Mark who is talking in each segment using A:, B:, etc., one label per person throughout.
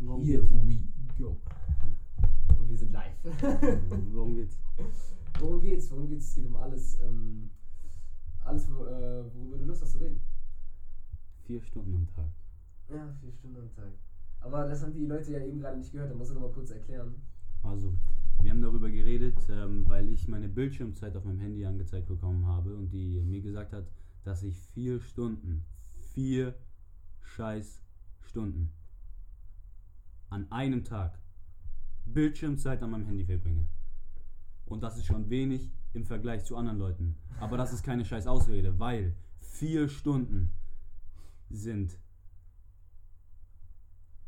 A: Worum
B: Here
A: geht's?
B: we go.
A: Und wir sind live.
C: Worum geht's?
A: Worum geht's? Worum geht's? Es geht um alles, ähm, alles, wo- äh, worüber du Lust hast zu reden.
C: Vier Stunden am Tag.
A: Ja, vier Stunden am Tag. Aber das haben die Leute ja eben gerade nicht gehört, da musst du nochmal kurz erklären.
C: Also, wir haben darüber geredet, ähm, weil ich meine Bildschirmzeit auf meinem Handy angezeigt bekommen habe und die mir gesagt hat, dass ich vier Stunden, vier scheiß Stunden an einem Tag Bildschirmzeit an meinem Handy verbringe. Und das ist schon wenig im Vergleich zu anderen Leuten. Aber das ist keine scheiß Ausrede, weil vier Stunden sind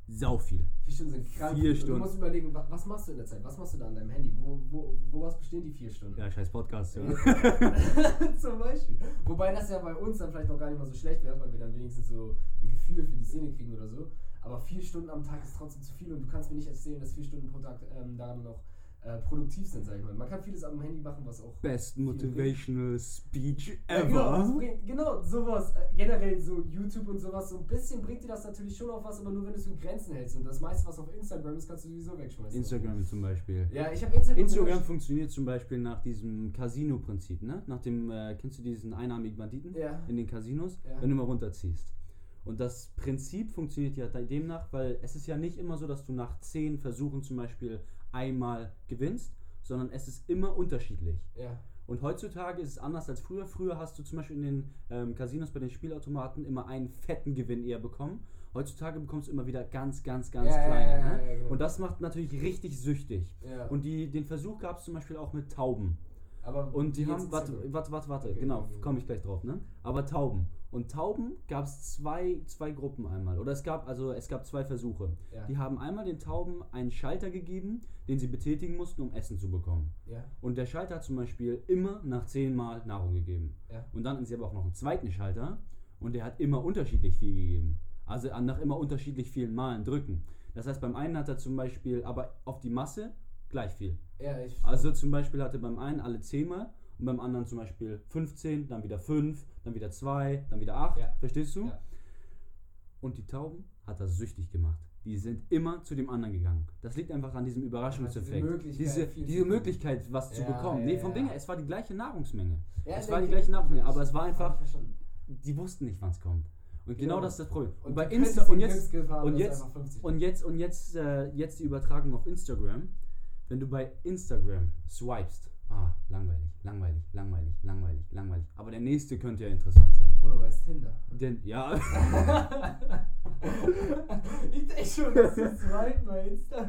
C: sau viel.
A: Vier Stunden sind krank.
C: Vier
A: Und
C: Stunden.
A: Du musst überlegen, wa- was machst du in der Zeit? Was machst du da an deinem Handy? Wo, wo, woraus bestehen die vier Stunden?
C: Ja, scheiß Podcast. Ja.
A: Zum Beispiel. Wobei das ja bei uns dann vielleicht auch gar nicht mal so schlecht wäre, weil wir dann wenigstens so ein Gefühl für die Szene kriegen oder so. Aber vier Stunden am Tag ist trotzdem zu viel und du kannst mir nicht erzählen, dass vier Stunden pro Tag ähm, daran noch äh, produktiv sind, sag ich mal. Man kann vieles am Handy machen, was auch.
C: Best
A: motivational
C: motivational speech
A: Ja, genau, das
C: ever.
A: bringt- genau, sowas. Äh, generell so YouTube und sowas. So ein bisschen bringt dir das natürlich schon auf was, aber nur wenn du es in Grenzen hältst. Und das meiste, was auf Instagram ist, kannst du sowieso wegschmeißen.
C: Instagram zum Beispiel.
A: Ja, ich habe Instagram.
C: Instagram funktioniert zum Beispiel nach diesem Casino-Prinzip, ne? Nach dem, äh, kennst du diesen einarmigen Banditen
A: Ja.
C: in den Casinos,
A: Ja.
C: wenn du mal runterziehst. Und das Prinzip funktioniert ja de- demnach, weil es ist ja nicht immer so, dass du nach zehn Versuchen zum Beispiel einmal gewinnst, sondern es ist immer unterschiedlich.
A: Ja.
C: Und heutzutage ist es anders als früher. Früher hast du zum Beispiel in den ähm, Casinos bei den Spielautomaten immer einen fetten Gewinn eher bekommen. Heutzutage bekommst du immer wieder ganz, ganz, ganz
A: Ja, ja,
C: kleine.
A: ja, ja,
C: ne?
A: ja, genau.
C: Und das macht natürlich richtig süchtig.
A: ja.
C: Und die, den Versuch gab es zum Beispiel auch mit Tauben.
A: aber
C: Und die
A: jetzt
C: haben,
A: Instagram.
C: warte, warte, warte, warte,
A: Okay,
C: genau,
A: okay.
C: komme ich gleich drauf, ne? Aber Tauben. Und Tauben gab es zwei, zwei Gruppen einmal. Oder es gab, also es gab zwei Versuche.
A: Ja.
C: Die haben einmal den Tauben einen Schalter gegeben, den sie betätigen mussten, um Essen zu bekommen.
A: Ja.
C: Und der Schalter hat zum Beispiel immer nach 10 Mal Nahrung gegeben.
A: Ja.
C: Und dann haben sie aber auch noch einen zweiten Schalter und der hat immer unterschiedlich viel gegeben. Also an- nach immer unterschiedlich vielen Malen drücken. Das heißt, beim einen hat er zum Beispiel aber auf die Masse gleich viel.
A: Ja, ich.
C: Also zum Beispiel hatte beim einen alle 10 Mal und beim anderen zum Beispiel 15, dann wieder 5, dann wieder 2, dann wieder 8.
A: Ja.
C: Verstehst du?
A: Ja.
C: Und die Tauben hat das süchtig gemacht. Die sind immer zu dem anderen gegangen. Das liegt einfach an diesem Überraschungseffekt.
A: diese Möglichkeit,
C: diese,
A: viel zu
C: diese
A: bekommen.
C: Möglichkeit, was zu
A: Ja,
C: bekommen.
A: ja,
C: nee, vom
A: ja.
C: Ding her, es war die gleiche Nahrungsmenge.
A: Ja,
C: es
A: nee,
C: war die
A: nee,
C: gleiche
A: nee,
C: Nahrungsmenge,
A: nee,
C: aber es war
A: hab ich
C: einfach,
A: verstanden.
C: die wussten nicht, wann es kommt. Und genau
A: Genau.
C: das ist das Problem. Und,
A: Und
C: bei
A: die
C: Insta
A: kürzesten
C: und jetzt
A: Glücksgriff haben
C: und
A: das
C: jetzt
A: einfach 50.
C: und jetzt und jetzt äh, jetzt die Übertragung auf Instagram. Wenn du bei Instagram swipest, ah, langweilig, langweilig, langweilig, langweilig, langweilig. Aber der nächste könnte ja interessant sein.
A: Bruder, du weißt Tinder.
C: Denn ja,
A: ich denke schon, das ist zweiten bei Insta.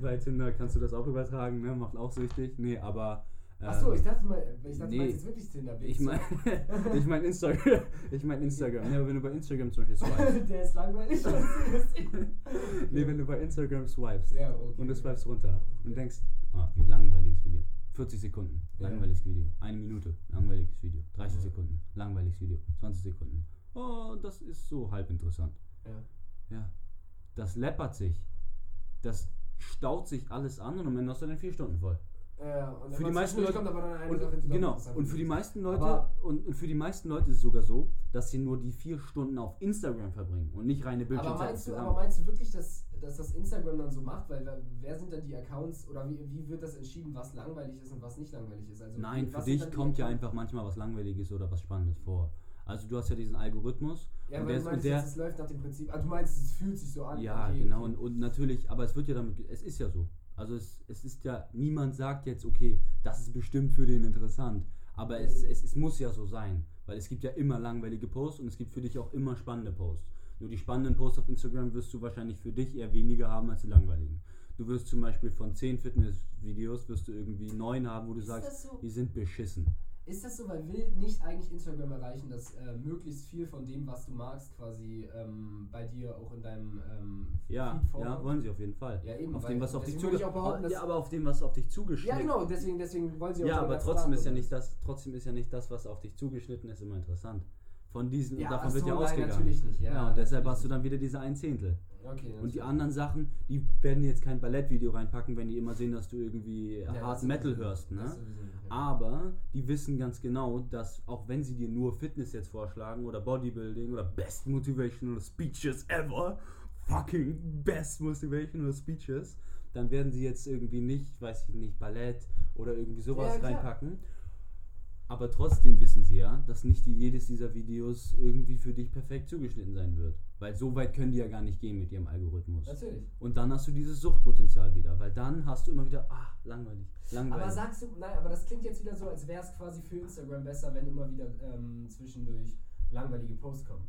C: bei Tinder kannst du das auch übertragen, ne? Macht auch süchtig. Nee, aber äh,
A: Achso, ich dachte mal, ich dachte,
C: nee.
A: du meinst jetzt wirklich Tinder.
C: ich meine ich mein Instagram, ich mein Instagram. Ne, wenn du bei Instagram zum Beispiel swipest.
A: Der ist langweilig. was ist das?
C: Nee, wenn du bei Instagram swipest.
A: Ja, okay.
C: Und du swipest runter und denkst, ah, wie langweiliges Video. 40 Sekunden,
A: Ja.
C: langweiliges Video. Eine Minute, langweiliges Video. 30
A: Ja.
C: Sekunden, langweiliges Video. 20 Sekunden. Oh, das ist so halb interessant.
A: Ja.
C: Ja. Das läppert sich. Das staut sich alles an und am Ende hast du dann vier Stunden voll.
A: Ja, Äh, und
C: Für die
A: dann
C: meisten
A: kommt
C: Leute-
A: aber dann eine
C: Und,
A: Sache, die doch
C: genau.
A: interessant
C: Und für
A: ist.
C: die meisten Leute
A: Aber-
C: und, und für die meisten Leute ist es sogar so, dass sie nur die vier Stunden auf Instagram verbringen und nicht reine
A: Aber
C: Bildschirmzeit.
A: meinst, du,
C: insgesamt.
A: aber meinst du wirklich, dass, dass das Instagram dann so macht? Weil wer, wer sind dann die Accounts oder wie, wie wird das entschieden, was langweilig ist und was nicht langweilig ist? Also,
C: Nein, für
A: was sind
C: dich
A: dann die
C: kommt ja
A: Accounts?
C: einfach manchmal was Langweiliges oder was Spannendes vor. Also du hast ja diesen Algorithmus
A: Ja,
C: und
A: weil
C: der
A: du
C: ist und
A: meinst,
C: der
A: dass es läuft nach dem Prinzip. Ah, du meinst, es fühlt sich so an.
C: ja
A: okay,
C: genau
A: okay.
C: und, und natürlich, aber es wird ja damit, ge- es ist ja so. Also es, es ist ja niemand sagt jetzt okay, das ist bestimmt für den interessant, aber es,
A: Nee.
C: es, es muss ja so sein, weil es gibt ja immer langweilige Posts und es gibt für dich auch immer spannende Posts. Nur die spannenden Posts auf Instagram wirst du wahrscheinlich für dich eher weniger haben als die langweiligen. Du wirst zum Beispiel von 10 Fitnessvideos wirst du irgendwie neun haben, wo du
A: Ist
C: sagst,
A: das so?
C: die sind beschissen.
A: Ist das so, weil will nicht eigentlich Instagram erreichen, dass äh, möglichst viel von dem, was du magst, quasi ähm, bei dir auch in deinem ähm,
C: Ja,
A: Feed vorkommt?
C: ja, wollen sie auf jeden Fall.
A: Ja, eben,
C: auf
A: weil-
C: dem, was auf dich
A: deswegen würde ich auch behaupten,
C: zugeschnitten
A: dass-
C: ja, aber auf dem, was auf dich zugeschnitten
A: Ja, genau, deswegen, deswegen wollen sie auch
C: Ja,
A: darüber
C: aber trotzdem ist ja
A: fragen.
C: nicht das, trotzdem ist ja nicht das, was auf dich zugeschnitten ist, immer interessant. Von diesen,
A: Ja,
C: davon
A: ach
C: wird
A: so,
C: ja
A: nein,
C: ausgegangen.
A: natürlich nicht, ja,
C: ja und deshalb
A: natürlich
C: hast du dann wieder diese ein Zehntel.
A: Okay,
C: Und die
A: natürlich.
C: anderen Sachen, die werden jetzt kein Ballettvideo reinpacken, wenn die immer sehen, dass du irgendwie
A: Ja,
C: Hard
A: das
C: Metal
A: sowieso.
C: hörst, ne?
A: Das sowieso, ja.
C: Aber die wissen ganz genau, dass auch wenn sie dir nur Fitness jetzt vorschlagen oder Bodybuilding oder Best Motivational Speeches ever, fucking best motivational speeches, dann werden sie jetzt irgendwie nicht, weiß ich nicht, Ballett oder irgendwie sowas
A: Ja, klar.
C: reinpacken. Aber trotzdem wissen sie ja, dass nicht die- jedes dieser Videos irgendwie für dich perfekt zugeschnitten sein wird. Weil so weit können die ja gar nicht gehen mit ihrem Algorithmus.
A: Natürlich.
C: Und dann hast du dieses Suchtpotenzial wieder, weil dann hast du immer wieder, ah, langweilig, langweilig.
A: Aber sagst du, nein, aber das klingt jetzt wieder so, als wäre es quasi für Instagram besser, wenn immer wieder ähm, zwischendurch langweilige Posts kommen.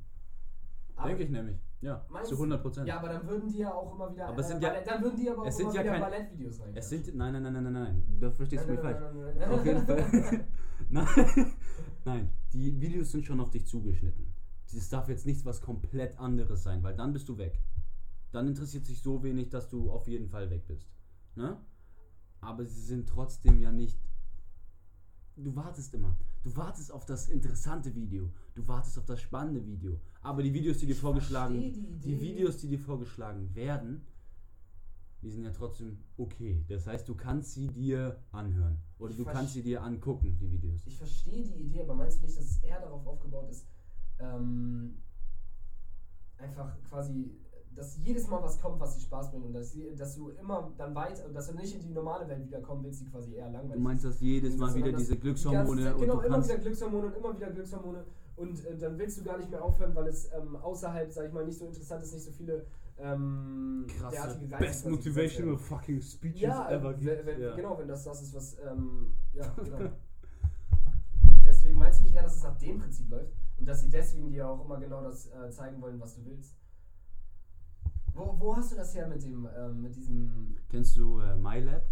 A: Aber-
C: Denke ich nämlich, ja,
A: Meinst
C: zu 100 Prozent.
A: Ja, aber dann würden die ja auch immer wieder.
C: Aber es sind
A: äh,
C: ja-
A: Ballett, dann würden die aber auch
C: es sind
A: immer
C: ja
A: wieder
C: kein-
A: Ballettvideos rein.
C: Es sind, nein, nein, nein, nein, nein, nein, da verstehst du mich falsch. Auf jeden Fall. nein, nein, die Videos sind schon auf dich zugeschnitten. Das darf jetzt nichts was komplett anderes sein, weil dann bist du weg. Dann interessiert sich so wenig, dass du auf jeden Fall weg bist. Ne? Aber sie sind trotzdem ja nicht. Du wartest immer. Du wartest auf das interessante Video. Du wartest auf das spannende Video. Aber die Videos, die dir
A: Ich
C: vorgeschlagen,
A: versteh die
C: die
A: Idee.
C: Videos, die dir vorgeschlagen werden, die sind ja trotzdem okay. Das heißt, du kannst sie dir anhören oder
A: Ich
C: du
A: verste-
C: kannst sie dir angucken, die Videos.
A: Ich verstehe die Idee, aber meinst du nicht, dass es eher darauf aufgebaut ist, ähm, einfach quasi, dass jedes Mal was kommt, was dir Spaß bringt und dass, sie- dass du immer dann weiter, dass du nicht in die normale Welt wiederkommen willst, die quasi eher langweilig
C: Du meinst, dass jedes Mal wieder
A: sondern dass
C: diese
A: die ganze
C: Glückshormone
A: Zeit,
C: und
A: genau,
C: du
A: immer
C: kannst
A: wieder Glückshormone und immer wieder Glückshormone und äh, dann willst du gar nicht mehr aufhören, weil es ähm, außerhalb, sag ich mal, nicht so interessant ist, nicht so viele ähm,
C: krasse
A: derartige
C: best
A: Reize quasi gesetzt werden.
C: motivational fucking speeches
A: Ja,
C: ever
A: wenn,
C: gibt.
A: wenn,
C: ja.
A: genau, wenn das das ist, was. Ähm, ja, genau. deswegen meinst du nicht eher, dass es nach dem Prinzip läuft und dass sie deswegen dir auch immer genau das äh, zeigen wollen, was du willst? Wo, wo hast du das her mit dem, ähm, mit diesem.
C: Kennst du äh, MyLab?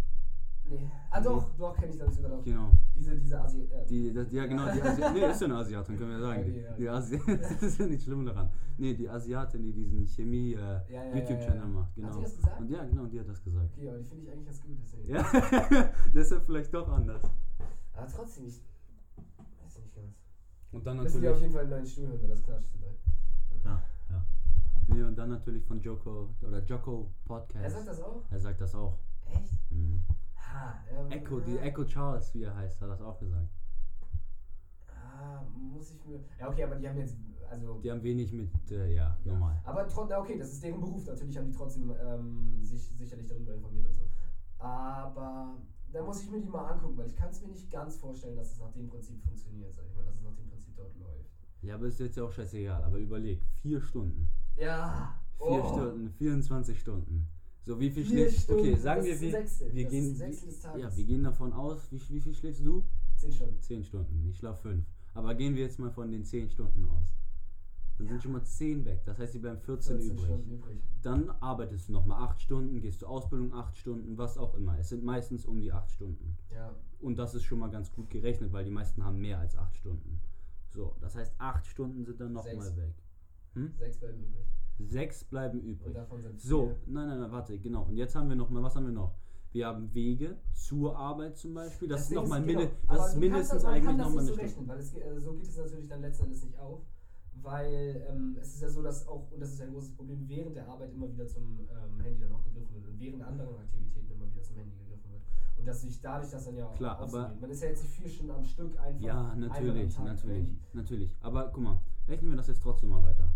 A: Nee. Ah, doch, doch, kenne ich glaube ich sogar noch.
C: Genau.
A: Diese, diese Asi. Äh,
C: Die, das, ja, genau, die Asi nee, ist ja eine Asiatin, können wir sagen.
A: Okay, ja.
C: Die Asi das ist ja nicht schlimm daran. Nee, die Asiatin, die diesen
A: Ja, ja,
C: Chemie-YouTube-Channel
A: ja, ja.
C: macht.
A: Hat
C: Genau.
A: sie das gesagt?
C: Und ja, genau, die hat das gesagt.
A: Okay, aber die finde ich eigentlich ganz gut, deswegen.
C: Ja, deshalb vielleicht doch anders.
A: Aber trotzdem, ich. Weiß nicht ganz.
C: Und dann
A: Müssen wir auf
C: natürlich.
A: jeden Fall einen neuen Stuhl hören, wenn das knatscht. vielleicht.
C: Ja, ja. Nee, und dann natürlich von Joko oder Joko
A: Er
C: Podcast.
A: sagt das auch?
C: Er sagt das auch.
A: Echt?
C: Mhm.
A: Ha. ähm,
C: Echo, die
A: äh,
C: Echo Charles, wie er heißt, hat das auch gesagt.
A: Ah, muss ich mir. Ja, okay, aber die haben jetzt. Also.
C: Die haben wenig mit, äh, ja, normal.
A: Aber trotzdem, okay, das ist deren Beruf. Natürlich haben die trotzdem ähm, sich sicherlich darüber informiert und so. Aber da muss ich mir die mal angucken, weil ich kann es mir nicht ganz vorstellen, dass es nach dem Prinzip funktioniert, sag ich mal, dass es nach dem Prinzip dort läuft.
C: Ja, aber ist jetzt ja auch scheißegal. Aber überleg, vier Stunden.
A: Ja.
C: Vier
A: oh.
C: Stunden, 24 Stunden. So, wie viel
A: Vier
C: schläfst du? Okay,
A: Stunden,
C: sagen
A: das
C: wir,
A: ist ein
C: wir,
A: Sechstel,
C: wir
A: das
C: gehen.
A: ist ein Sechstel des Tages.
C: ja, wir gehen davon aus, wie, wie viel schläfst du?
A: Zehn Stunden.
C: Zehn Stunden. Ich schlafe fünf. Aber gehen wir jetzt mal von den zehn Stunden aus. Dann
A: Ja.
C: sind schon mal zehn weg. Das heißt, sie bleiben 14,
A: 14
C: übrig.
A: Stunden übrig.
C: Dann arbeitest du nochmal acht Stunden, gehst zur Ausbildung acht Stunden, was auch immer. Es sind meistens um die acht Stunden.
A: Ja.
C: Und das ist schon mal ganz gut gerechnet, weil die meisten haben mehr als acht Stunden. So, das heißt, acht Stunden sind dann nochmal
A: Sechs.
C: weg.
A: Sechs bleiben übrig.
C: Sechs bleiben
A: Und
C: übrig.
A: davon sind
C: So, nein, nein, nein, warte, genau. Und jetzt haben wir nochmal, was haben wir noch? Wir haben Wege zur Arbeit zum Beispiel. Das ist
A: Deswegen
C: nochmal
A: genau.
C: minde,
A: Aber
C: das ist
A: du
C: mindestens
A: kannst,
C: eigentlich
A: nochmal
C: nochmal
A: eine
C: eine
A: so
C: Stunde.
A: rechnen, weil es, geht- äh, so geht es natürlich dann letzten Endes nicht auf, weil ähm, es ist ja so, dass auch, und das ist ja ein großes Problem, während der Arbeit immer wieder zum ähm, Handy dann auch gegriffen wird und während anderen Aktivitäten immer wieder zum Handy gegriffen wird. Und dass sich dadurch das dann ja auch
C: Klar, aber-
A: ausgeht. Man ist ja jetzt nicht vier Stunden am Stück einfach.
C: Ja,
A: einmal am
C: natürlich,
A: Tag am
C: natürlich,
A: Handy.
C: natürlich. Aber guck mal, rechnen wir das jetzt trotzdem mal weiter.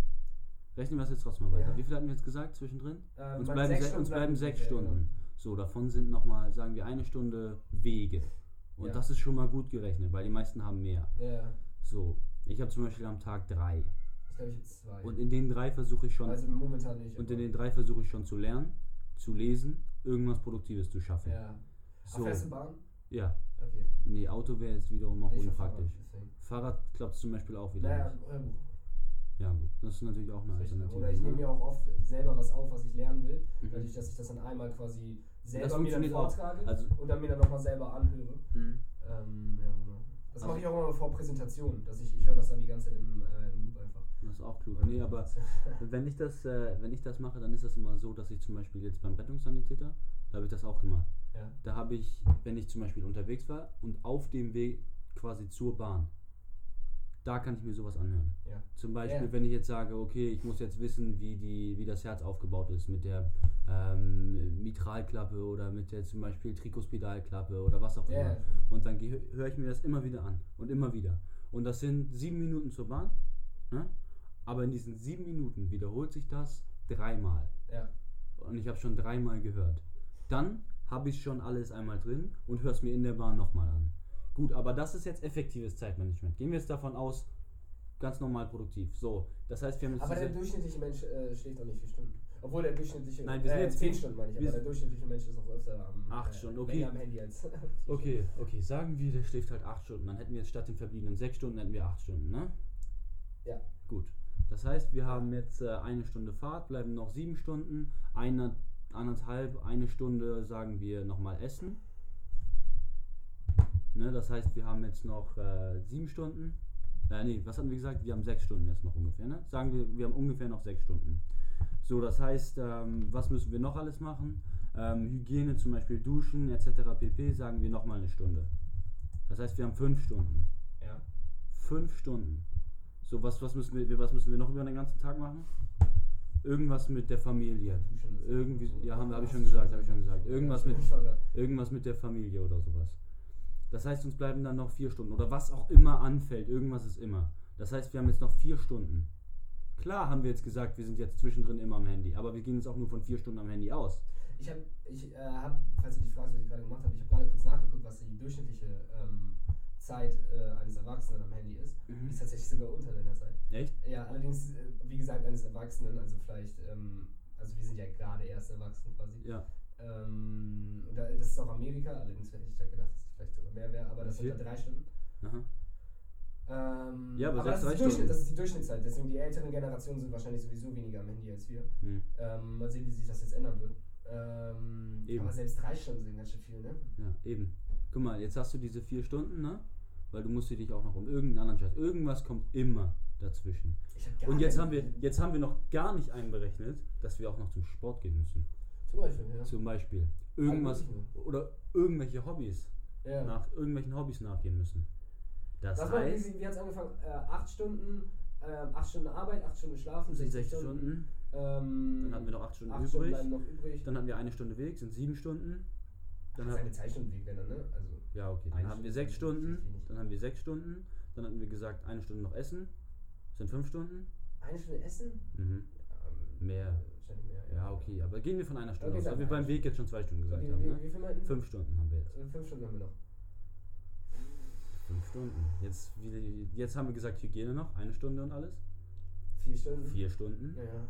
C: Rechnen wir das jetzt trotzdem mal weiter.
A: Ja.
C: Wie viel hatten wir jetzt gesagt zwischendrin?
A: Äh,
C: Uns
A: man-
C: bleiben,
A: sechs
C: se uns
A: Stunden
C: bleiben sechs
A: übrig, ja, genau.
C: Stunden. So, davon sind nochmal, sagen wir, eine Stunde Wege. Und
A: Ja.
C: das ist schon mal gut gerechnet, weil die meisten haben mehr.
A: Ja, ja.
C: So, ich habe zum Beispiel am Tag drei.
A: ich glaube, ich habe zwei.
C: Und in den drei versuche ich schon,
A: also momentan nicht.
C: und
A: aber-
C: in den drei versuche ich schon zu lernen, zu lesen, irgendwas Produktives zu schaffen.
A: ja. So.
C: So,
A: Fährst du Bahn?
C: ja.
A: Okay.
C: Nee, Auto wäre jetzt wiederum auch
A: Nee, ich fahr
C: unpraktisch.
A: Fahrrad, deswegen.
C: Fahrrad klappt zum Beispiel auch wieder.
A: Naja,
C: nicht.
A: Hörbuch.
C: Ja, gut. Das ist natürlich auch eine Alternative.
A: Oder ich
C: ne?
A: nehme mir auch oft selber was auf, was ich lernen will,
C: Mhm.
A: dadurch, dass ich das dann einmal quasi selber mir dann
C: funktioniert auch.
A: vortrage
C: Also-
A: und dann mir dann nochmal selber anhöre.
C: Mhm.
A: Ähm, ja, genau. Das
C: Also-
A: mache ich auch immer vor Präsentationen, dass ich, ich höre das dann die ganze Zeit im, äh, im Loop einfach.
C: Das ist auch klug. Nee, aber Wenn ich, das, äh, wenn ich das mache, dann ist das immer so, dass ich zum Beispiel jetzt beim Rettungssanitäter, da habe ich das auch gemacht.
A: ja.
C: Da habe ich, wenn ich zum Beispiel unterwegs war und auf dem Weg quasi zur Bahn, da kann ich mir sowas anhören.
A: Ja.
C: Zum Beispiel,
A: Ja.
C: wenn ich jetzt sage, okay, ich muss jetzt wissen, wie, die, wie das Herz aufgebaut ist mit der ähm, Mitralklappe oder mit der zum Beispiel Trikospedalklappe oder was auch
A: Ja,
C: immer.
A: ja.
C: Und dann höre ich mir das immer wieder an und immer wieder. Und das sind sieben Minuten zur Bahn. Ne? Aber in diesen sieben Minuten wiederholt sich das dreimal.
A: Ja.
C: Und ich habe schon dreimal gehört. Dann habe ich schon alles einmal drin und höre es mir in der Bahn nochmal an. Gut, aber das ist jetzt effektives Zeitmanagement. Gehen wir jetzt davon aus, ganz normal produktiv. So, das heißt, wir haben jetzt
A: Aber der
C: diese-
A: durchschnittliche Mensch äh, schläft auch nicht vier Stunden. Obwohl der durchschnittliche.
C: Nein, wir sind
A: äh,
C: jetzt-
A: 10 Stunden, meine ich.
C: wir
A: Aber der
C: sind-
A: durchschnittliche Mensch ist auch öfter am.
C: Acht
A: äh,
C: Stunden, okay.
A: länger am Handy als. vier
C: Okay, okay, sagen wir, der schläft halt 8 Stunden. Dann hätten wir jetzt statt den verbliebenen 6 Stunden, hätten wir 8 Stunden, ne?
A: Ja.
C: Gut. Das heißt, wir haben jetzt äh, eine Stunde Fahrt, bleiben noch 7 Stunden, eine, anderthalb, eine Stunde, sagen wir, nochmal essen. Ne, das heißt, wir haben jetzt noch äh, 7 Stunden. Äh, nee, was hatten wir gesagt? Wir haben 6 Stunden jetzt noch ungefähr, ne? Sagen wir, wir haben ungefähr noch 6 Stunden. So, das heißt, ähm, was müssen wir noch alles machen? Ähm, Hygiene, zum Beispiel Duschen etc. pp. sagen wir nochmal eine Stunde. Das heißt, wir haben fünf Stunden.
A: Stunden. Ja.
C: Fünf Stunden. So, was, was, müssen wir, was müssen wir noch über den ganzen Tag machen? Irgendwas mit der Familie.
A: Duschen ist-
C: Irgendwie, ja, haben- hab ich
A: Hast
C: schon
A: du
C: gesagt, hab ich schon gesagt. Irgendwas
A: Ja,
C: mit-
A: ich war grad-
C: Irgendwas mit der Familie oder sowas. Das heißt, uns bleiben dann noch vier Stunden. Oder was auch immer anfällt. Irgendwas ist immer. Das heißt, wir haben jetzt noch vier Stunden. Klar haben wir jetzt gesagt, wir sind jetzt zwischendrin immer am Handy. Aber wir gehen jetzt auch nur von vier Stunden am Handy aus.
A: Ich habe, ich, äh, hab, falls du dich fragst, was ich gerade gemacht habe, ich habe gerade kurz nachgeguckt, was die durchschnittliche ähm, Zeit äh, eines Erwachsenen am Handy ist. Die ist tatsächlich sogar unter deiner Zeit.
C: Echt?
A: Ja, allerdings, äh, wie gesagt, eines Erwachsenen, also vielleicht, ähm, also wir sind ja gerade erst erwachsen quasi.
C: Ja.
A: Ähm, und da, das ist auch Amerika, allerdings hätte ich da gedacht, dass es vielleicht sogar mehr wäre, aber das sind
C: Wie viel?
A: dann drei Stunden.
C: Aha.
A: Ähm,
C: Ja, aber sechs,
A: das,
C: drei
A: ist die Durchschnitt-
C: Stunden.
A: das ist die Durchschnittszeit, deswegen die älteren Generationen sind wahrscheinlich sowieso weniger am Handy als wir.
C: Hm.
A: Ähm, mal sehen, wie sich das jetzt ändern wird. Ähm,
C: Eben.
A: Aber selbst drei Stunden sind ganz schön viel, ne?
C: Ja, eben. Guck mal, jetzt hast du diese vier Stunden, ne? Weil du musst dich auch noch um irgendeinen anderen Scheiß. Irgendwas kommt immer dazwischen.
A: Ich hab gar
C: Und jetzt
A: keine-
C: haben wir, jetzt haben wir noch gar nicht einberechnet, dass wir auch noch zum Sport gehen müssen.
A: Zum Beispiel, ja.
C: Zum Beispiel irgendwas
A: Alles Mögliche.
C: oder irgendwelche Hobbys
A: ja.
C: nach irgendwelchen Hobbys nachgehen müssen. Das
A: Was war, wie,
C: heißt
A: sie- wie hat es angefangen? Äh, acht Stunden, äh, acht Stunden Arbeit, acht Stunden Schlafen,
C: 60
A: 60
C: Stunden,
A: Ähm,
C: dann hatten wir noch 8 Stunden
A: acht Stunden
C: übrig,
A: bleiben noch übrig.
C: dann hatten wir eine Stunde Weg, sind 7 Stunden. Dann
A: das ist
C: hat,
A: eine Zeitstundenweg, wenn dann, ne? Also,
C: ja, okay, dann
A: Eine
C: haben wir
A: Stunde,
C: 6
A: das ist
C: Stunden,
A: wenig.
C: dann haben wir 6 Stunden, dann hatten wir gesagt, eine Stunde noch essen, sind 5 Stunden.
A: eine Stunde Essen?
C: Mhm.
A: Ähm,
C: Mehr.
A: wahrscheinlich mehr,
C: Ja, okay, aber gehen wir von einer Stunde
A: Okay,
C: aus,
A: sag
C: weil wir
A: mal.
C: beim Weg jetzt schon zwei Stunden gesagt
A: Wie,
C: haben.
A: wie,
C: Ne?
A: wie viel meinten?
C: Fünf Stunden haben wir jetzt.
A: Äh, fünf Stunden haben wir noch.
C: Fünf Stunden. Jetzt, wie, jetzt haben wir gesagt Hygiene noch, eine Stunde und alles.
A: Vier Stunden?
C: Vier Stunden.
A: Mhm. Ja.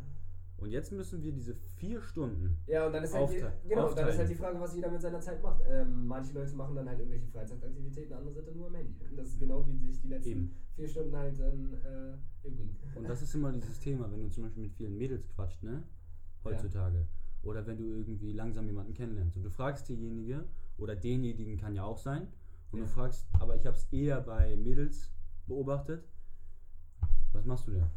C: Und jetzt müssen wir diese vier Stunden.
A: Ja, und dann ist, halt die,
C: Aufteilen.
A: genau, und dann ist
C: Aufteilen.
A: halt die Frage, was jeder mit seiner Zeit macht. Ähm, manche Leute machen dann halt irgendwelche Freizeitaktivitäten, andere sind dann nur am Handy. Und das ist genau wie sich die letzten
C: Eben.
A: vier Stunden halt dann äh, übrigen.
C: Und das ist immer dieses Thema, wenn du zum Beispiel mit vielen Mädels quatscht, ne? Heutzutage. Oder wenn du irgendwie langsam jemanden kennenlernst. Und du fragst diejenige oder denjenigen kann ja auch sein. Und
A: Ja.
C: du fragst, aber ich habe es eher bei Mädels beobachtet. Was machst du denn?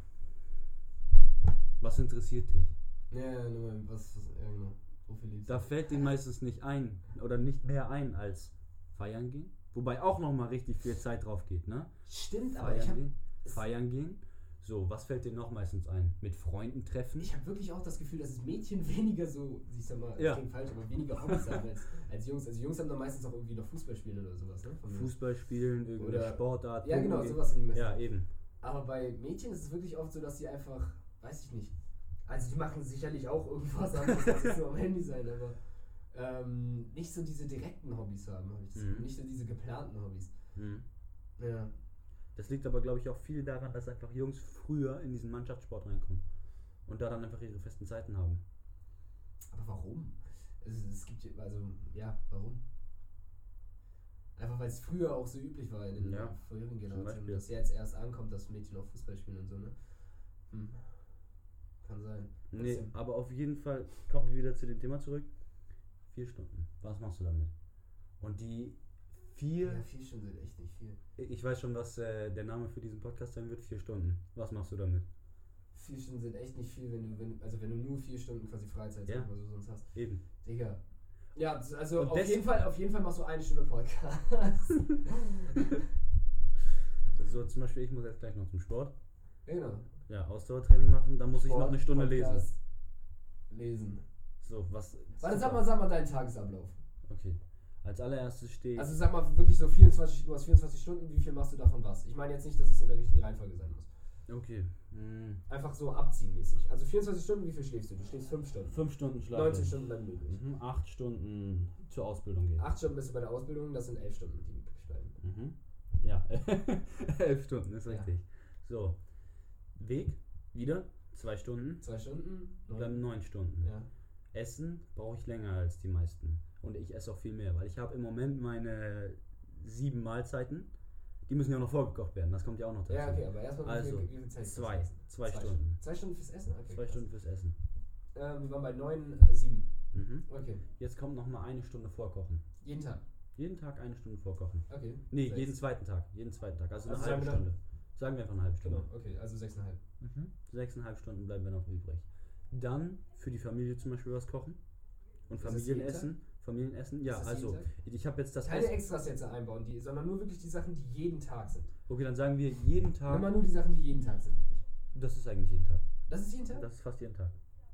C: Was interessiert dich?
A: Ja, nur was, was ja, genau. Wofür lebst
C: Da fällt denen meistens nicht ein oder nicht mehr ein als feiern gehen. Wobei auch nochmal richtig viel Zeit drauf geht, ne?
A: Stimmt, aber ich
C: Feiern
A: habe
C: gehen. Feiern gehen. So, was fällt denen noch meistens ein? Mit Freunden treffen?
A: ich hab wirklich auch das Gefühl, dass es Mädchen weniger so, siehst du mal,
C: Ja.
A: das klingt falsch, aber weniger Hobbys haben als, als Jungs. Also Jungs haben dann meistens auch irgendwie noch Fußball spielen oder sowas, ne? Von-
C: Fußball spielen, irgendeine
A: Oder-
C: Sportart.
A: Ja, genau,
C: Pokern gehen.
A: sowas in die Messe.
C: Ja, eben.
A: Aber bei Mädchen ist es wirklich oft so, dass sie einfach, weiß ich nicht, also die machen sicherlich auch irgendwas anderes, als jetzt nur am Handy sein, aber ähm, nicht so diese direkten Hobbys haben, habe ich das
C: Mhm.
A: Gefühl. Nicht so diese geplanten Hobbys.
C: Mhm.
A: Ja.
C: Das liegt aber, glaube ich, auch viel daran, dass einfach Jungs früher in diesen Mannschaftssport reinkommen. Und da dann einfach ihre festen Zeiten haben.
A: Aber warum? Also es gibt, ja- also, ja, warum? Einfach weil es früher auch so üblich war in den
C: Ja,
A: vorherigen Generationen,
C: Beispiel.
A: dass jetzt erst ankommt, dass Mädchen auch Fußball spielen und so, ne? Hm. Kann sein.
C: Nee,
A: Trotzdem.
C: aber auf jeden Fall kommen wir wieder zu dem Thema zurück. Vier Stunden. Was machst du damit? Und die vier
A: Ja, vier Stunden sind echt nicht viel.
C: Ich weiß schon, was äh, der Name für diesen Podcast sein wird. Vier Stunden. Was machst du damit?
A: Vier Stunden sind echt nicht viel, wenn du, wenn, also wenn du nur vier Stunden quasi Freizeit
C: Ja.
A: sagen wir so sonst hast.
C: Eben.
A: Digga. Ja, z- also
C: Und
A: auf
C: des-
A: jeden, Fall, auf jeden Fall machst du eine Stunde Podcast.
C: So, zum Beispiel, ich muss jetzt gleich noch zum Sport.
A: genau.
C: Ja, Ausdauertraining machen, dann muss ich noch
A: Sport,
C: eine Stunde lesen.
A: Podcast, Lesen.
C: So, was.
A: Warte, sag mal, sag mal deinen Tagesablauf.
C: Okay. Als allererstes stehe ich.
A: Also sag mal wirklich so 24, du hast 24 Stunden, wie viel machst du davon was? Ich meine jetzt nicht, dass es in der richtigen Reihenfolge sein muss.
C: Okay. Mhm.
A: Einfach so abziehen mäßig. Also 24 Stunden, wie viel schläfst du? Du schläfst 5 Stunden.
C: Fünf Stunden Schlaf.
A: 19 Stunden bleiben möglich.
C: Mhm. Acht Stunden zur Ausbildung gehen.
A: 8 Stunden bist du bei der Ausbildung, das sind 11 Stunden, die übrig bleiben.
C: Mhm. Ja, elf Stunden, ist
A: Ja.
C: richtig. So, Weg, wieder zwei Stunden,
A: 2 Stunden?
C: bleiben neun Stunden.
A: Ja.
C: Essen brauche ich länger als die meisten. Und ich esse auch viel mehr, weil ich habe im Moment meine sieben Mahlzeiten. Die müssen ja auch noch vorgekocht werden, das kommt ja auch noch dazu.
A: ja, okay, aber erstmal
C: Also,
A: wie viel, wie viel Zeit
C: zwei.
A: fürs Essen?
C: Zwei Stunden.
A: Zwei Stunden fürs Essen? Okay.
C: Zwei
A: krass.
C: Stunden fürs Essen.
A: Ähm, wir waren bei 9, äh, 7.
C: Mhm.
A: Okay.
C: Jetzt kommt nochmal eine Stunde vorkochen.
A: Jeden Tag.
C: Jeden Tag eine Stunde vorkochen.
A: Okay.
C: Nee,
A: Sechs.
C: jeden zweiten Tag. Jeden zweiten Tag. Also eine
A: Also
C: halbe
A: sagen wir
C: Stunde. Sagen wir einfach eine halbe Stunde.
A: Genau, okay, also 6,5.
C: Sechseinhalb Stunden bleiben wir noch übrig. Dann für die Familie zum Beispiel was kochen. Und
A: Ist das jeden
C: Familienessen. Familienessen, ja,
A: Ist das
C: also
A: jeden Tag?
C: ich habe jetzt das
A: Keine
C: Essen.
A: Extras jetzt einbauen, die, sondern nur wirklich die Sachen, die jeden Tag sind.
C: Okay, dann sagen wir jeden
A: Nimm mal
C: Tag.
A: nur die Sachen, die jeden Tag sind.
C: Das ist eigentlich jeden Tag.
A: Das ist jeden Tag?
C: Das ist fast jeden Tag.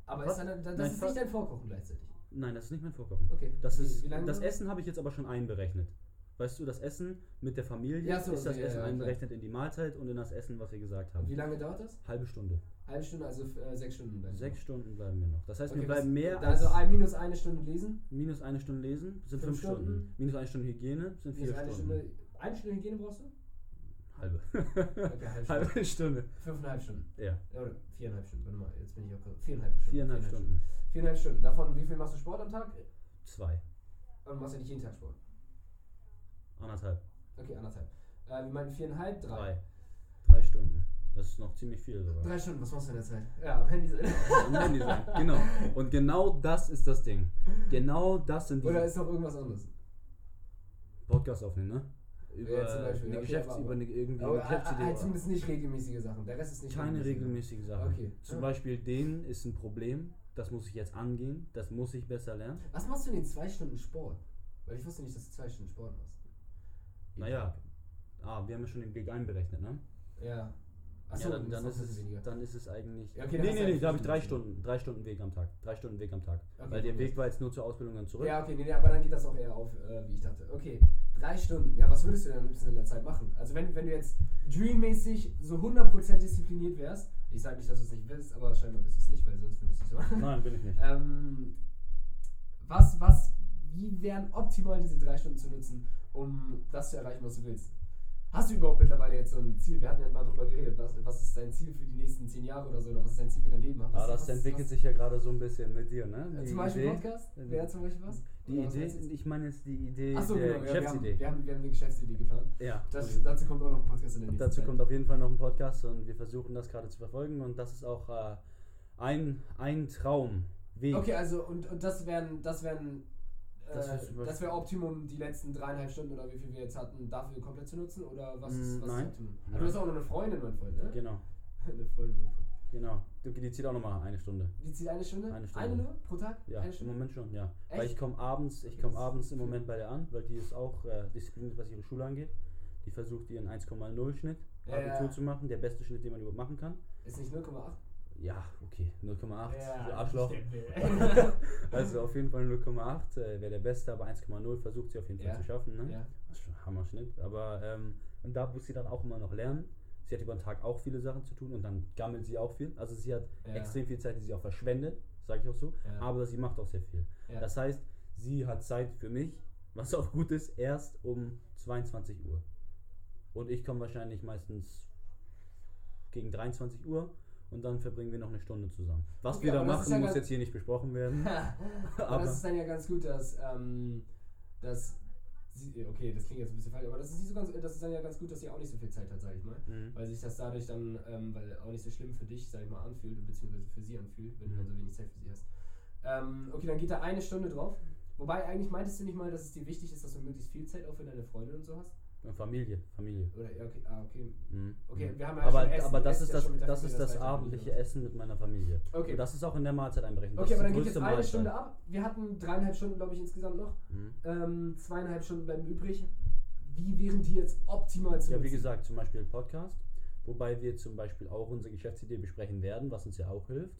A: Aber
C: Was?
A: ist dann, das
C: Nein,
A: ist
C: fast-
A: nicht dein Vorkochen gleichzeitig.
C: Nein, das ist nicht mein Vorkochen.
A: Okay.
C: Das,
A: Wie-
C: ist,
A: wie lange-
C: das Essen habe ich jetzt aber schon einberechnet. Weißt du, das Essen mit der Familie
A: Ja, so,
C: ist das
A: ja,
C: Essen
A: ja, klar.
C: einberechnet in die Mahlzeit und in das Essen, was wir gesagt haben.
A: Wie lange dauert das?
C: Halbe Stunde.
A: Halbe Stunde, also äh, sechs Stunden. bleiben.
C: Sechs Stunden bleiben wir noch. Das heißt, wir
A: was-
C: bleiben mehr als
A: Also ein, minus eine Stunde lesen,
C: minus eine Stunde lesen, sind fünf,
A: Fünf
C: Stunden.
A: Stunden.
C: Minus eine Stunde Hygiene sind vier
A: minus eine
C: Stunden.
A: Stunde. Eine Stunde Hygiene brauchst du?
C: Halbe.
A: Okay, halbe Stunde.
C: Halbe Stunde.
A: Fünfeinhalb Stunden.
C: Ja,
A: Ja, Oder viereinhalb Stunden, warte mal, jetzt bin ich auch. Viereinhalb Stunden.
C: viereinhalb Stunden.
A: Viereinhalb Stunden. Davon, wie viel machst du Sport am Tag?
C: Zwei.
A: Aber du machst ja nicht jeden Tag Sport.
C: Anderthalb.
A: Okay, anderthalb. Äh, wir meinten viereinhalb, drei.
C: Drei. Drei Stunden. Das ist noch ziemlich viel sogar.
A: Drei Stunden, was machst du in der Zeit? Ja, am Handy sein.
C: Am Handy sein. Genau. Und genau das ist das Ding. Genau das sind
A: Oder
C: die
A: ist noch irgendwas anderes?
C: Podcasts aufnehmen, ne? Über
A: zum
C: eine
A: Beispiel. Okay,
C: Geschäfts
A: aber-
C: über eine irgendwie eine
A: Aber
C: Geschäftsidee.
A: halt
C: oder-
A: zumindest nicht regelmäßige Sachen. Der Rest ist nicht
C: Keine regelmäßigen Sachen.
A: Okay.
C: Zum
A: Ah.
C: Beispiel den ist ein Problem. Das muss ich jetzt angehen. Das muss ich besser lernen.
A: Was machst du in den zwei Stunden Sport? Weil ich wusste nicht, dass du zwei Stunden Sport machst.
C: Naja. Ah, wir haben ja schon den Weg einberechnet, ne?
A: Ja.
C: ja, dann, dann,
A: noch
C: ist
A: ein bisschen
C: es, dann ist es eigentlich.
A: Ja, okay, dann
C: nee,
A: hast du
C: nee, nee,
A: eigentlich
C: da habe ich
A: fünf
C: drei
A: Stunden.
C: Stunden, drei Stunden Weg am Tag. Drei Stunden Weg am Tag.
A: Okay,
C: Weil der
A: gut.
C: Weg war jetzt nur zur Ausbildung dann zurück.
A: Ja, okay, nee, nee, aber dann geht das auch eher auf, äh, wie ich dachte. Okay, drei Stunden. Ja, was würdest du denn am liebsten in der Zeit machen? Also, wenn, wenn du jetzt dreammäßig so 100% diszipliniert wärst, ich sage nicht, dass du es nicht bist, aber scheinbar bist du es nicht, weil sonst würdest du es machen.
C: Nein, bin ich nicht.
A: Ähm, was, was, wie wären optimal diese drei Stunden zu nutzen, um das zu erreichen, was du willst? Hast du überhaupt mittlerweile jetzt so ein Ziel? Wir hatten ja mal drüber geredet. Was, was ist dein Ziel für die nächsten zehn Jahre oder so? Oder was ist dein Ziel für dein Leben? Was,
C: Aber Ah, das
A: was,
C: entwickelt
A: was,
C: sich ja gerade so ein bisschen mit dir, ne?
A: Äh,
C: Die
A: zum Beispiel
C: Idee,
A: Podcast? Wäre zum Beispiel was?
C: Die
A: Oder was meinst du
C: Idee,
A: jetzt?
C: ich meine jetzt die Idee
A: Ach so,
C: der
A: genau, ja,
C: Äh, Geschäftsidee.
A: Wir haben, wir, haben, wir haben eine Geschäftsidee geplant.
C: ja.
A: Das,
C: Und
A: dazu kommt auch noch ein Podcast in der nächsten
C: dazu
A: Zeit.
C: kommt auf jeden Fall noch ein Podcast und wir versuchen das gerade zu verfolgen und das ist auch äh, ein, ein Traumweg.
A: Okay, also und, und das wären, das wären, äh,
C: Das wär
A: das,
C: super.
A: wäre Optimum, die letzten dreieinhalb Stunden oder wie viel wir jetzt hatten, dafür komplett zu nutzen oder was
C: Mm,
A: ist, was
C: nein.
A: ist Optimum? Aber
C: Nein.
A: du hast auch noch eine Freundin, mein Freund, ne?
C: Genau,
A: eine Freundin, mein Freund.
C: genau. Du, die zieht auch nochmal eine Stunde.
A: Die zieht eine Stunde?
C: Eine Stunde.
A: nur pro Tag?
C: Ja,
A: eine
C: im
A: Stunde.
C: Moment schon, ja. Weil
A: Echt?
C: ich komme abends, ich komme abends im Moment bei der an, weil die ist auch äh, diszipliniert, was ihre Schule angeht. Die versucht ihren 1,0 Schnitt
A: Ja,
C: Abitur
A: ja.
C: zu machen, der beste Schnitt, den man überhaupt machen kann.
A: Ist nicht 0,8?
C: Ja, okay, 0,8, du
A: Ja,
C: Arschloch.
A: stimmt,
C: also auf jeden Fall 0,8 äh, wäre der beste, aber 1,0 versucht sie auf jeden Fall
A: Ja.
C: zu schaffen. Ne?
A: ja.
C: Das ist schon ein Hammerschnitt. Aber ähm, und da muss sie dann auch immer noch lernen. Sie hat über den Tag auch viele Sachen zu tun und dann gammelt sie auch viel. Also sie hat
A: Ja.
C: extrem viel Zeit, die sie auch verschwendet, sage ich auch so.
A: Ja.
C: Aber sie macht auch sehr viel.
A: Ja.
C: Das heißt, sie hat Zeit für mich, was auch gut ist, erst um 22 Uhr. Und ich komme wahrscheinlich meistens gegen 23 Uhr und dann verbringen wir noch eine Stunde zusammen. Was
A: Okay,
C: wir da
A: aber das ist
C: machen,
A: ja
C: muss
A: ganz-
C: jetzt hier nicht besprochen werden.
A: aber
C: Aber-
A: das ist dann ja ganz gut, dass, ähm, dass sie, okay, das klingt jetzt ein bisschen falsch, aber das ist, nicht so ganz, das ist dann ja ganz gut, dass sie auch nicht so viel Zeit hat, sag ich mal.
C: Mhm.
A: Weil sich das dadurch dann, ähm, weil auch nicht so schlimm für dich, sag ich mal, anfühlt, beziehungsweise für sie anfühlt, wenn du dann so wenig Zeit für sie hast. Ähm, okay, dann geht da eine Stunde drauf. Wobei, eigentlich meintest du nicht mal, dass es dir wichtig ist, dass du möglichst viel Zeit auch für deine Freundin und so hast?
C: Und Familie, Familie.
A: Oder, ja, okay, ah, okay.
C: Mhm.
A: Okay, wir haben ja
C: aber,
A: schon Essen,
C: aber
A: wir
C: das
A: essen
C: ist
A: ja
C: das,
A: schon mit der
C: das,
A: Familie,
C: ist das
A: reicht ja
C: abendliche
A: schon.
C: Essen mit meiner Familie.
A: Okay.
C: Und das ist auch in der Mahlzeit einberechnet. Das
A: Okay,
C: ist
A: aber
C: die
A: dann geht jetzt
C: größte
A: eine
C: Mahlzeit.
A: Stunde ab. Wir hatten dreieinhalb Stunden, glaube ich, insgesamt noch.
C: Mhm.
A: Ähm, zweieinhalb Stunden bleiben übrig. Wie wären die jetzt optimal zu
C: Ja, wie
A: nutzen?
C: gesagt, zum Beispiel Podcast, wobei wir zum Beispiel auch unsere Geschäftsidee besprechen werden, was uns ja auch hilft.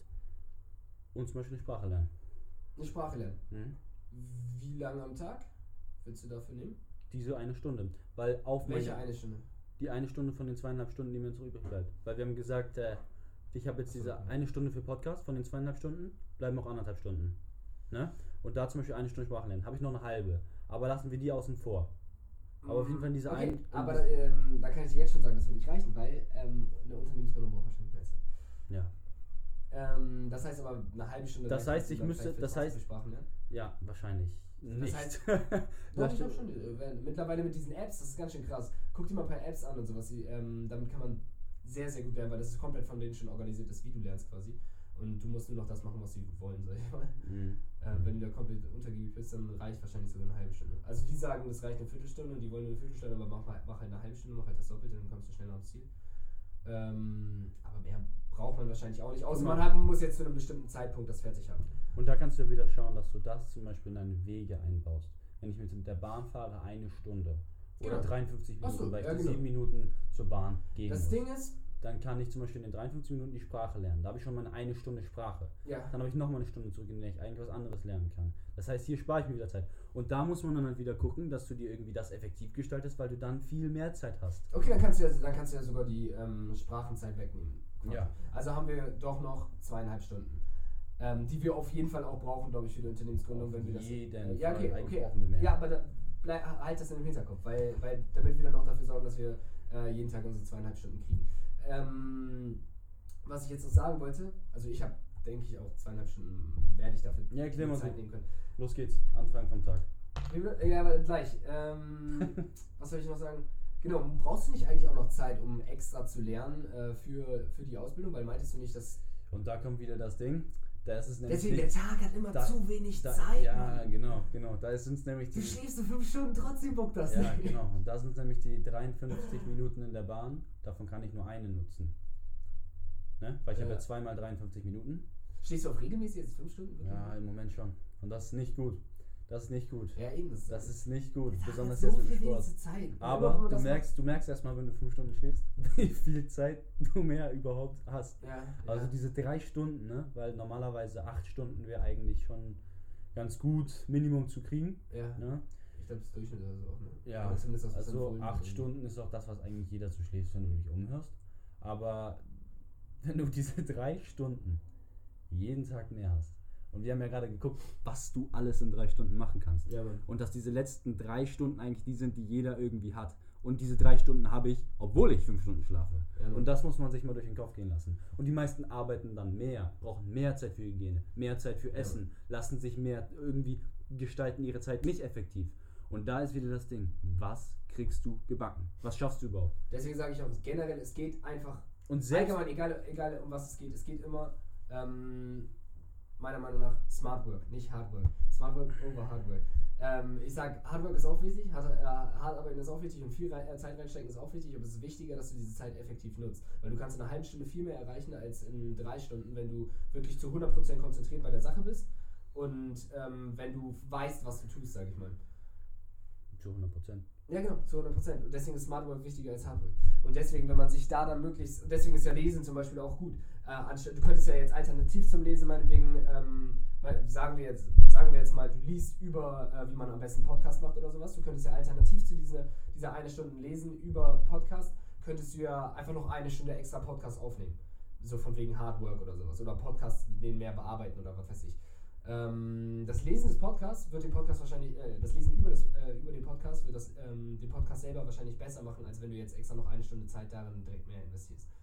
C: Und zum Beispiel eine Sprache lernen.
A: Eine Sprache lernen.
C: Mhm.
A: Wie lange am Tag willst du dafür nehmen?
C: Diese eine Stunde. Weil auf
A: Welche
C: meine,
A: eine Stunde?
C: die eine Stunde von den zweieinhalb Stunden, die mir jetzt übrig bleibt. Weil wir haben gesagt, äh, ich habe jetzt diese eine Stunde für Podcast von den zweieinhalb Stunden, bleiben auch anderthalb Stunden. Ne? Und da zum Beispiel eine Stunde Sprachenlernen. Habe ich noch eine halbe. Aber lassen wir die außen vor. Aber auf jeden Fall diese
A: Mhm. okay,
C: ein-
A: Aber ähm, da kann ich dir jetzt schon sagen, das wird nicht reichen, weil ähm, eine Unternehmensgründung braucht wahrscheinlich Plätze.
C: Ja.
A: Ähm, das heißt aber eine halbe Stunde.
C: Das
A: reicht um
C: heißt, ich
A: dann
C: müsste-
A: vielleicht für
C: das
A: 20
C: heißt-
A: Sprachen, ne?
C: Ja, wahrscheinlich. Nicht.
A: heißt-
C: Das
A: Doch, ich
C: stimmt.
A: glaub schon. äh, wenn- Mittlerweile mit diesen Apps, das ist ganz schön krass. Guck dir mal ein paar Apps an und sowas. Die, ähm, damit kann man sehr, sehr gut lernen, weil das ist komplett von denen schon organisiert ist, wie du lernst quasi. Und du musst nur noch das machen, was sie wollen, sag ich mal.
C: Mhm.
A: Äh, wenn du da komplett untergeübt bist, dann reicht wahrscheinlich sogar eine halbe Stunde. Also die sagen, das reicht eine Viertelstunde und die wollen nur eine Viertelstunde, aber mach, mal- mach halt eine halbe Stunde, mach halt das Doppelte, dann kommst du schneller ans Ziel. Ähm, aber mehr braucht man wahrscheinlich auch nicht, außer
C: Genau.
A: man hat, muss jetzt zu einem bestimmten Zeitpunkt das fertig haben.
C: Und da kannst du ja wieder schauen, dass du das zum Beispiel in deine Wege einbaust. Wenn ich mit der Bahn fahre, eine Stunde oder
A: Genau.
C: 53
A: Ach
C: Minuten,
A: so,
C: weil ich
A: ja,
C: die
A: genau.
C: sieben Minuten zur Bahn gehen
A: Das
C: muss.
A: Ding ist,
C: Dann kann ich zum Beispiel in den 53 Minuten die Sprache lernen. Da habe ich schon meine eine Stunde Sprache.
A: ja,
C: Dann habe ich nochmal eine Stunde zurück, in der ich eigentlich was anderes lernen kann. Das heißt, hier spare ich mir wieder Zeit. Und da muss man dann halt wieder gucken, dass du dir irgendwie das effektiv gestaltest, weil du dann viel mehr Zeit hast.
A: okay, dann kannst du ja, dann kannst du ja sogar die ähm, Sprachenzeit wegnehmen. quasi.
C: Ja.
A: Also haben wir doch noch zweieinhalb Stunden. Ähm, die wir auf jeden Fall auch brauchen, glaube ich, für die Unternehmensgründung,
C: Auf
A: wenn wir das.
C: jeden
A: ja,
C: Fall.
A: okay,
C: Eigentlich
A: okay.
C: brauchen wir mehr.
A: Ja, aber da, bleib, halt das in dem Hinterkopf, weil, weil damit wir dann auch dafür sorgen, dass wir äh, jeden Tag unsere zweieinhalb Stunden kriegen. Ähm, was ich jetzt noch sagen wollte, also ich habe, denke ich, auch zweieinhalb Stunden werde ich dafür
C: Ja, erklär mal
A: Zeit
C: so.
A: nehmen können.
C: Los geht's, Anfang vom Tag.
A: Wie wir- Ja, aber gleich. Ähm, was soll ich noch sagen? Genau, brauchst du nicht eigentlich auch noch Zeit, um extra zu lernen äh, für, für die Ausbildung? Weil meintest du nicht, dass.
C: Und da kommt wieder das Ding. Das ist nämlich
A: Deswegen,
C: nicht-
A: der Tag hat immer
C: da-
A: zu wenig
C: Da,
A: Zeit.
C: ja,
A: Mann.
C: genau, genau. Da ist uns nämlich
A: Du
C: die.
A: schläfst so fünf Stunden, trotzdem bockt das
C: Ja,
A: nicht.
C: genau. Und da sind nämlich die 53 Minuten in der Bahn. Davon kann ich nur eine nutzen. Ne? Weil ich habe
A: Ja.
C: ja zweimal 53 Minuten.
A: Schläfst du auf regelmäßig jetzt fünf Stunden? wirklich?
C: Ja, im Moment schon. Und das ist nicht gut. Das ist nicht gut.
A: ja eben.
C: Das ist nicht gut.
A: Der Tag
C: Besonders
A: hat
C: jetzt
A: so
C: mit dem
A: viel
C: Sport.
A: wenigste Zeit. Wenn man- wenn
C: Aber
A: man
C: du
A: das
C: merkst, du merkst erstmal, wenn du fünf Stunden schläfst, wie viel Zeit du mehr überhaupt hast.
A: macht- Ja,
C: Also
A: ja.
C: diese drei Stunden, ne? Weil normalerweise acht Stunden wäre eigentlich schon ganz gut Minimum zu kriegen.
A: ja.
C: Ne?
A: Ich glaube, das ist Durchschnitt oder so auch. Ne?
C: Ja,
A: Oder zumindest das, was
C: Also
A: empfohlen
C: acht
A: wird.
C: Stunden ist auch das, was eigentlich jeder so schläft, wenn du dich umhörst. Aber wenn du diese drei Stunden jeden Tag mehr hast, und wir haben ja gerade geguckt, was du alles in drei Stunden machen kannst.
A: Ja, Mann.
C: Und dass diese letzten drei Stunden eigentlich die sind, die jeder irgendwie hat. Und diese drei Stunden habe ich, obwohl ich fünf Stunden schlafe.
A: Ja, Mann.
C: Und das muss man sich mal durch den Kopf gehen lassen. Und die meisten arbeiten dann mehr, brauchen mehr Zeit für Hygiene, mehr Zeit für Essen, lassen sich mehr irgendwie gestalten ihre Zeit nicht effektiv. Und da ist wieder das Ding, was kriegst du gebacken? Was schaffst du überhaupt?
A: Deswegen sage ich auch generell, es geht einfach
C: Und selbst
A: Allgemein, egal, egal um was es geht, es geht immer, ähm, meiner Meinung nach, Smart Work, nicht Hard Work. Smart Work over Hard Work. Ähm, ich sag, Hard Work ist auch wichtig, hart, äh, hart arbeiten ist auch wichtig und viel rein, äh, Zeit reinstecken ist auch wichtig, aber es ist wichtiger, dass du diese Zeit effektiv nutzt. Weil du kannst in einer halben Stunde viel mehr erreichen als in drei Stunden, wenn du wirklich zu 100% konzentriert bei der Sache bist und ähm, wenn du weißt, was du tust, sag ich mal.
C: zu 100 Prozent.
A: Ja, genau, zu 100 Prozent. Und deswegen ist Smart Work wichtiger als Hard Work. Und deswegen, wenn man sich da dann möglichst, und deswegen ist ja Lesen zum Beispiel auch gut. Äh, anstatt, du könntest ja jetzt alternativ zum Lesen, meinetwegen, ähm, mal- sagen, wir jetzt, sagen wir jetzt mal, du liest über, äh, wie man am besten Podcast macht oder sowas. Du könntest ja alternativ zu dieser, dieser eine Stunde Lesen über Podcast, könntest du ja einfach noch eine Stunde extra Podcast aufnehmen. So von wegen Hard Work oder sowas. Oder Podcast, den mehr bearbeiten oder was weiß ich. Ähm, das Lesen des Podcasts wird den Podcast wahrscheinlich, äh, das Lesen über, das, äh, über den Podcast wird das, ähm, den Podcast selber wahrscheinlich besser machen, als wenn du jetzt extra noch eine Stunde Zeit darin direkt mehr investierst.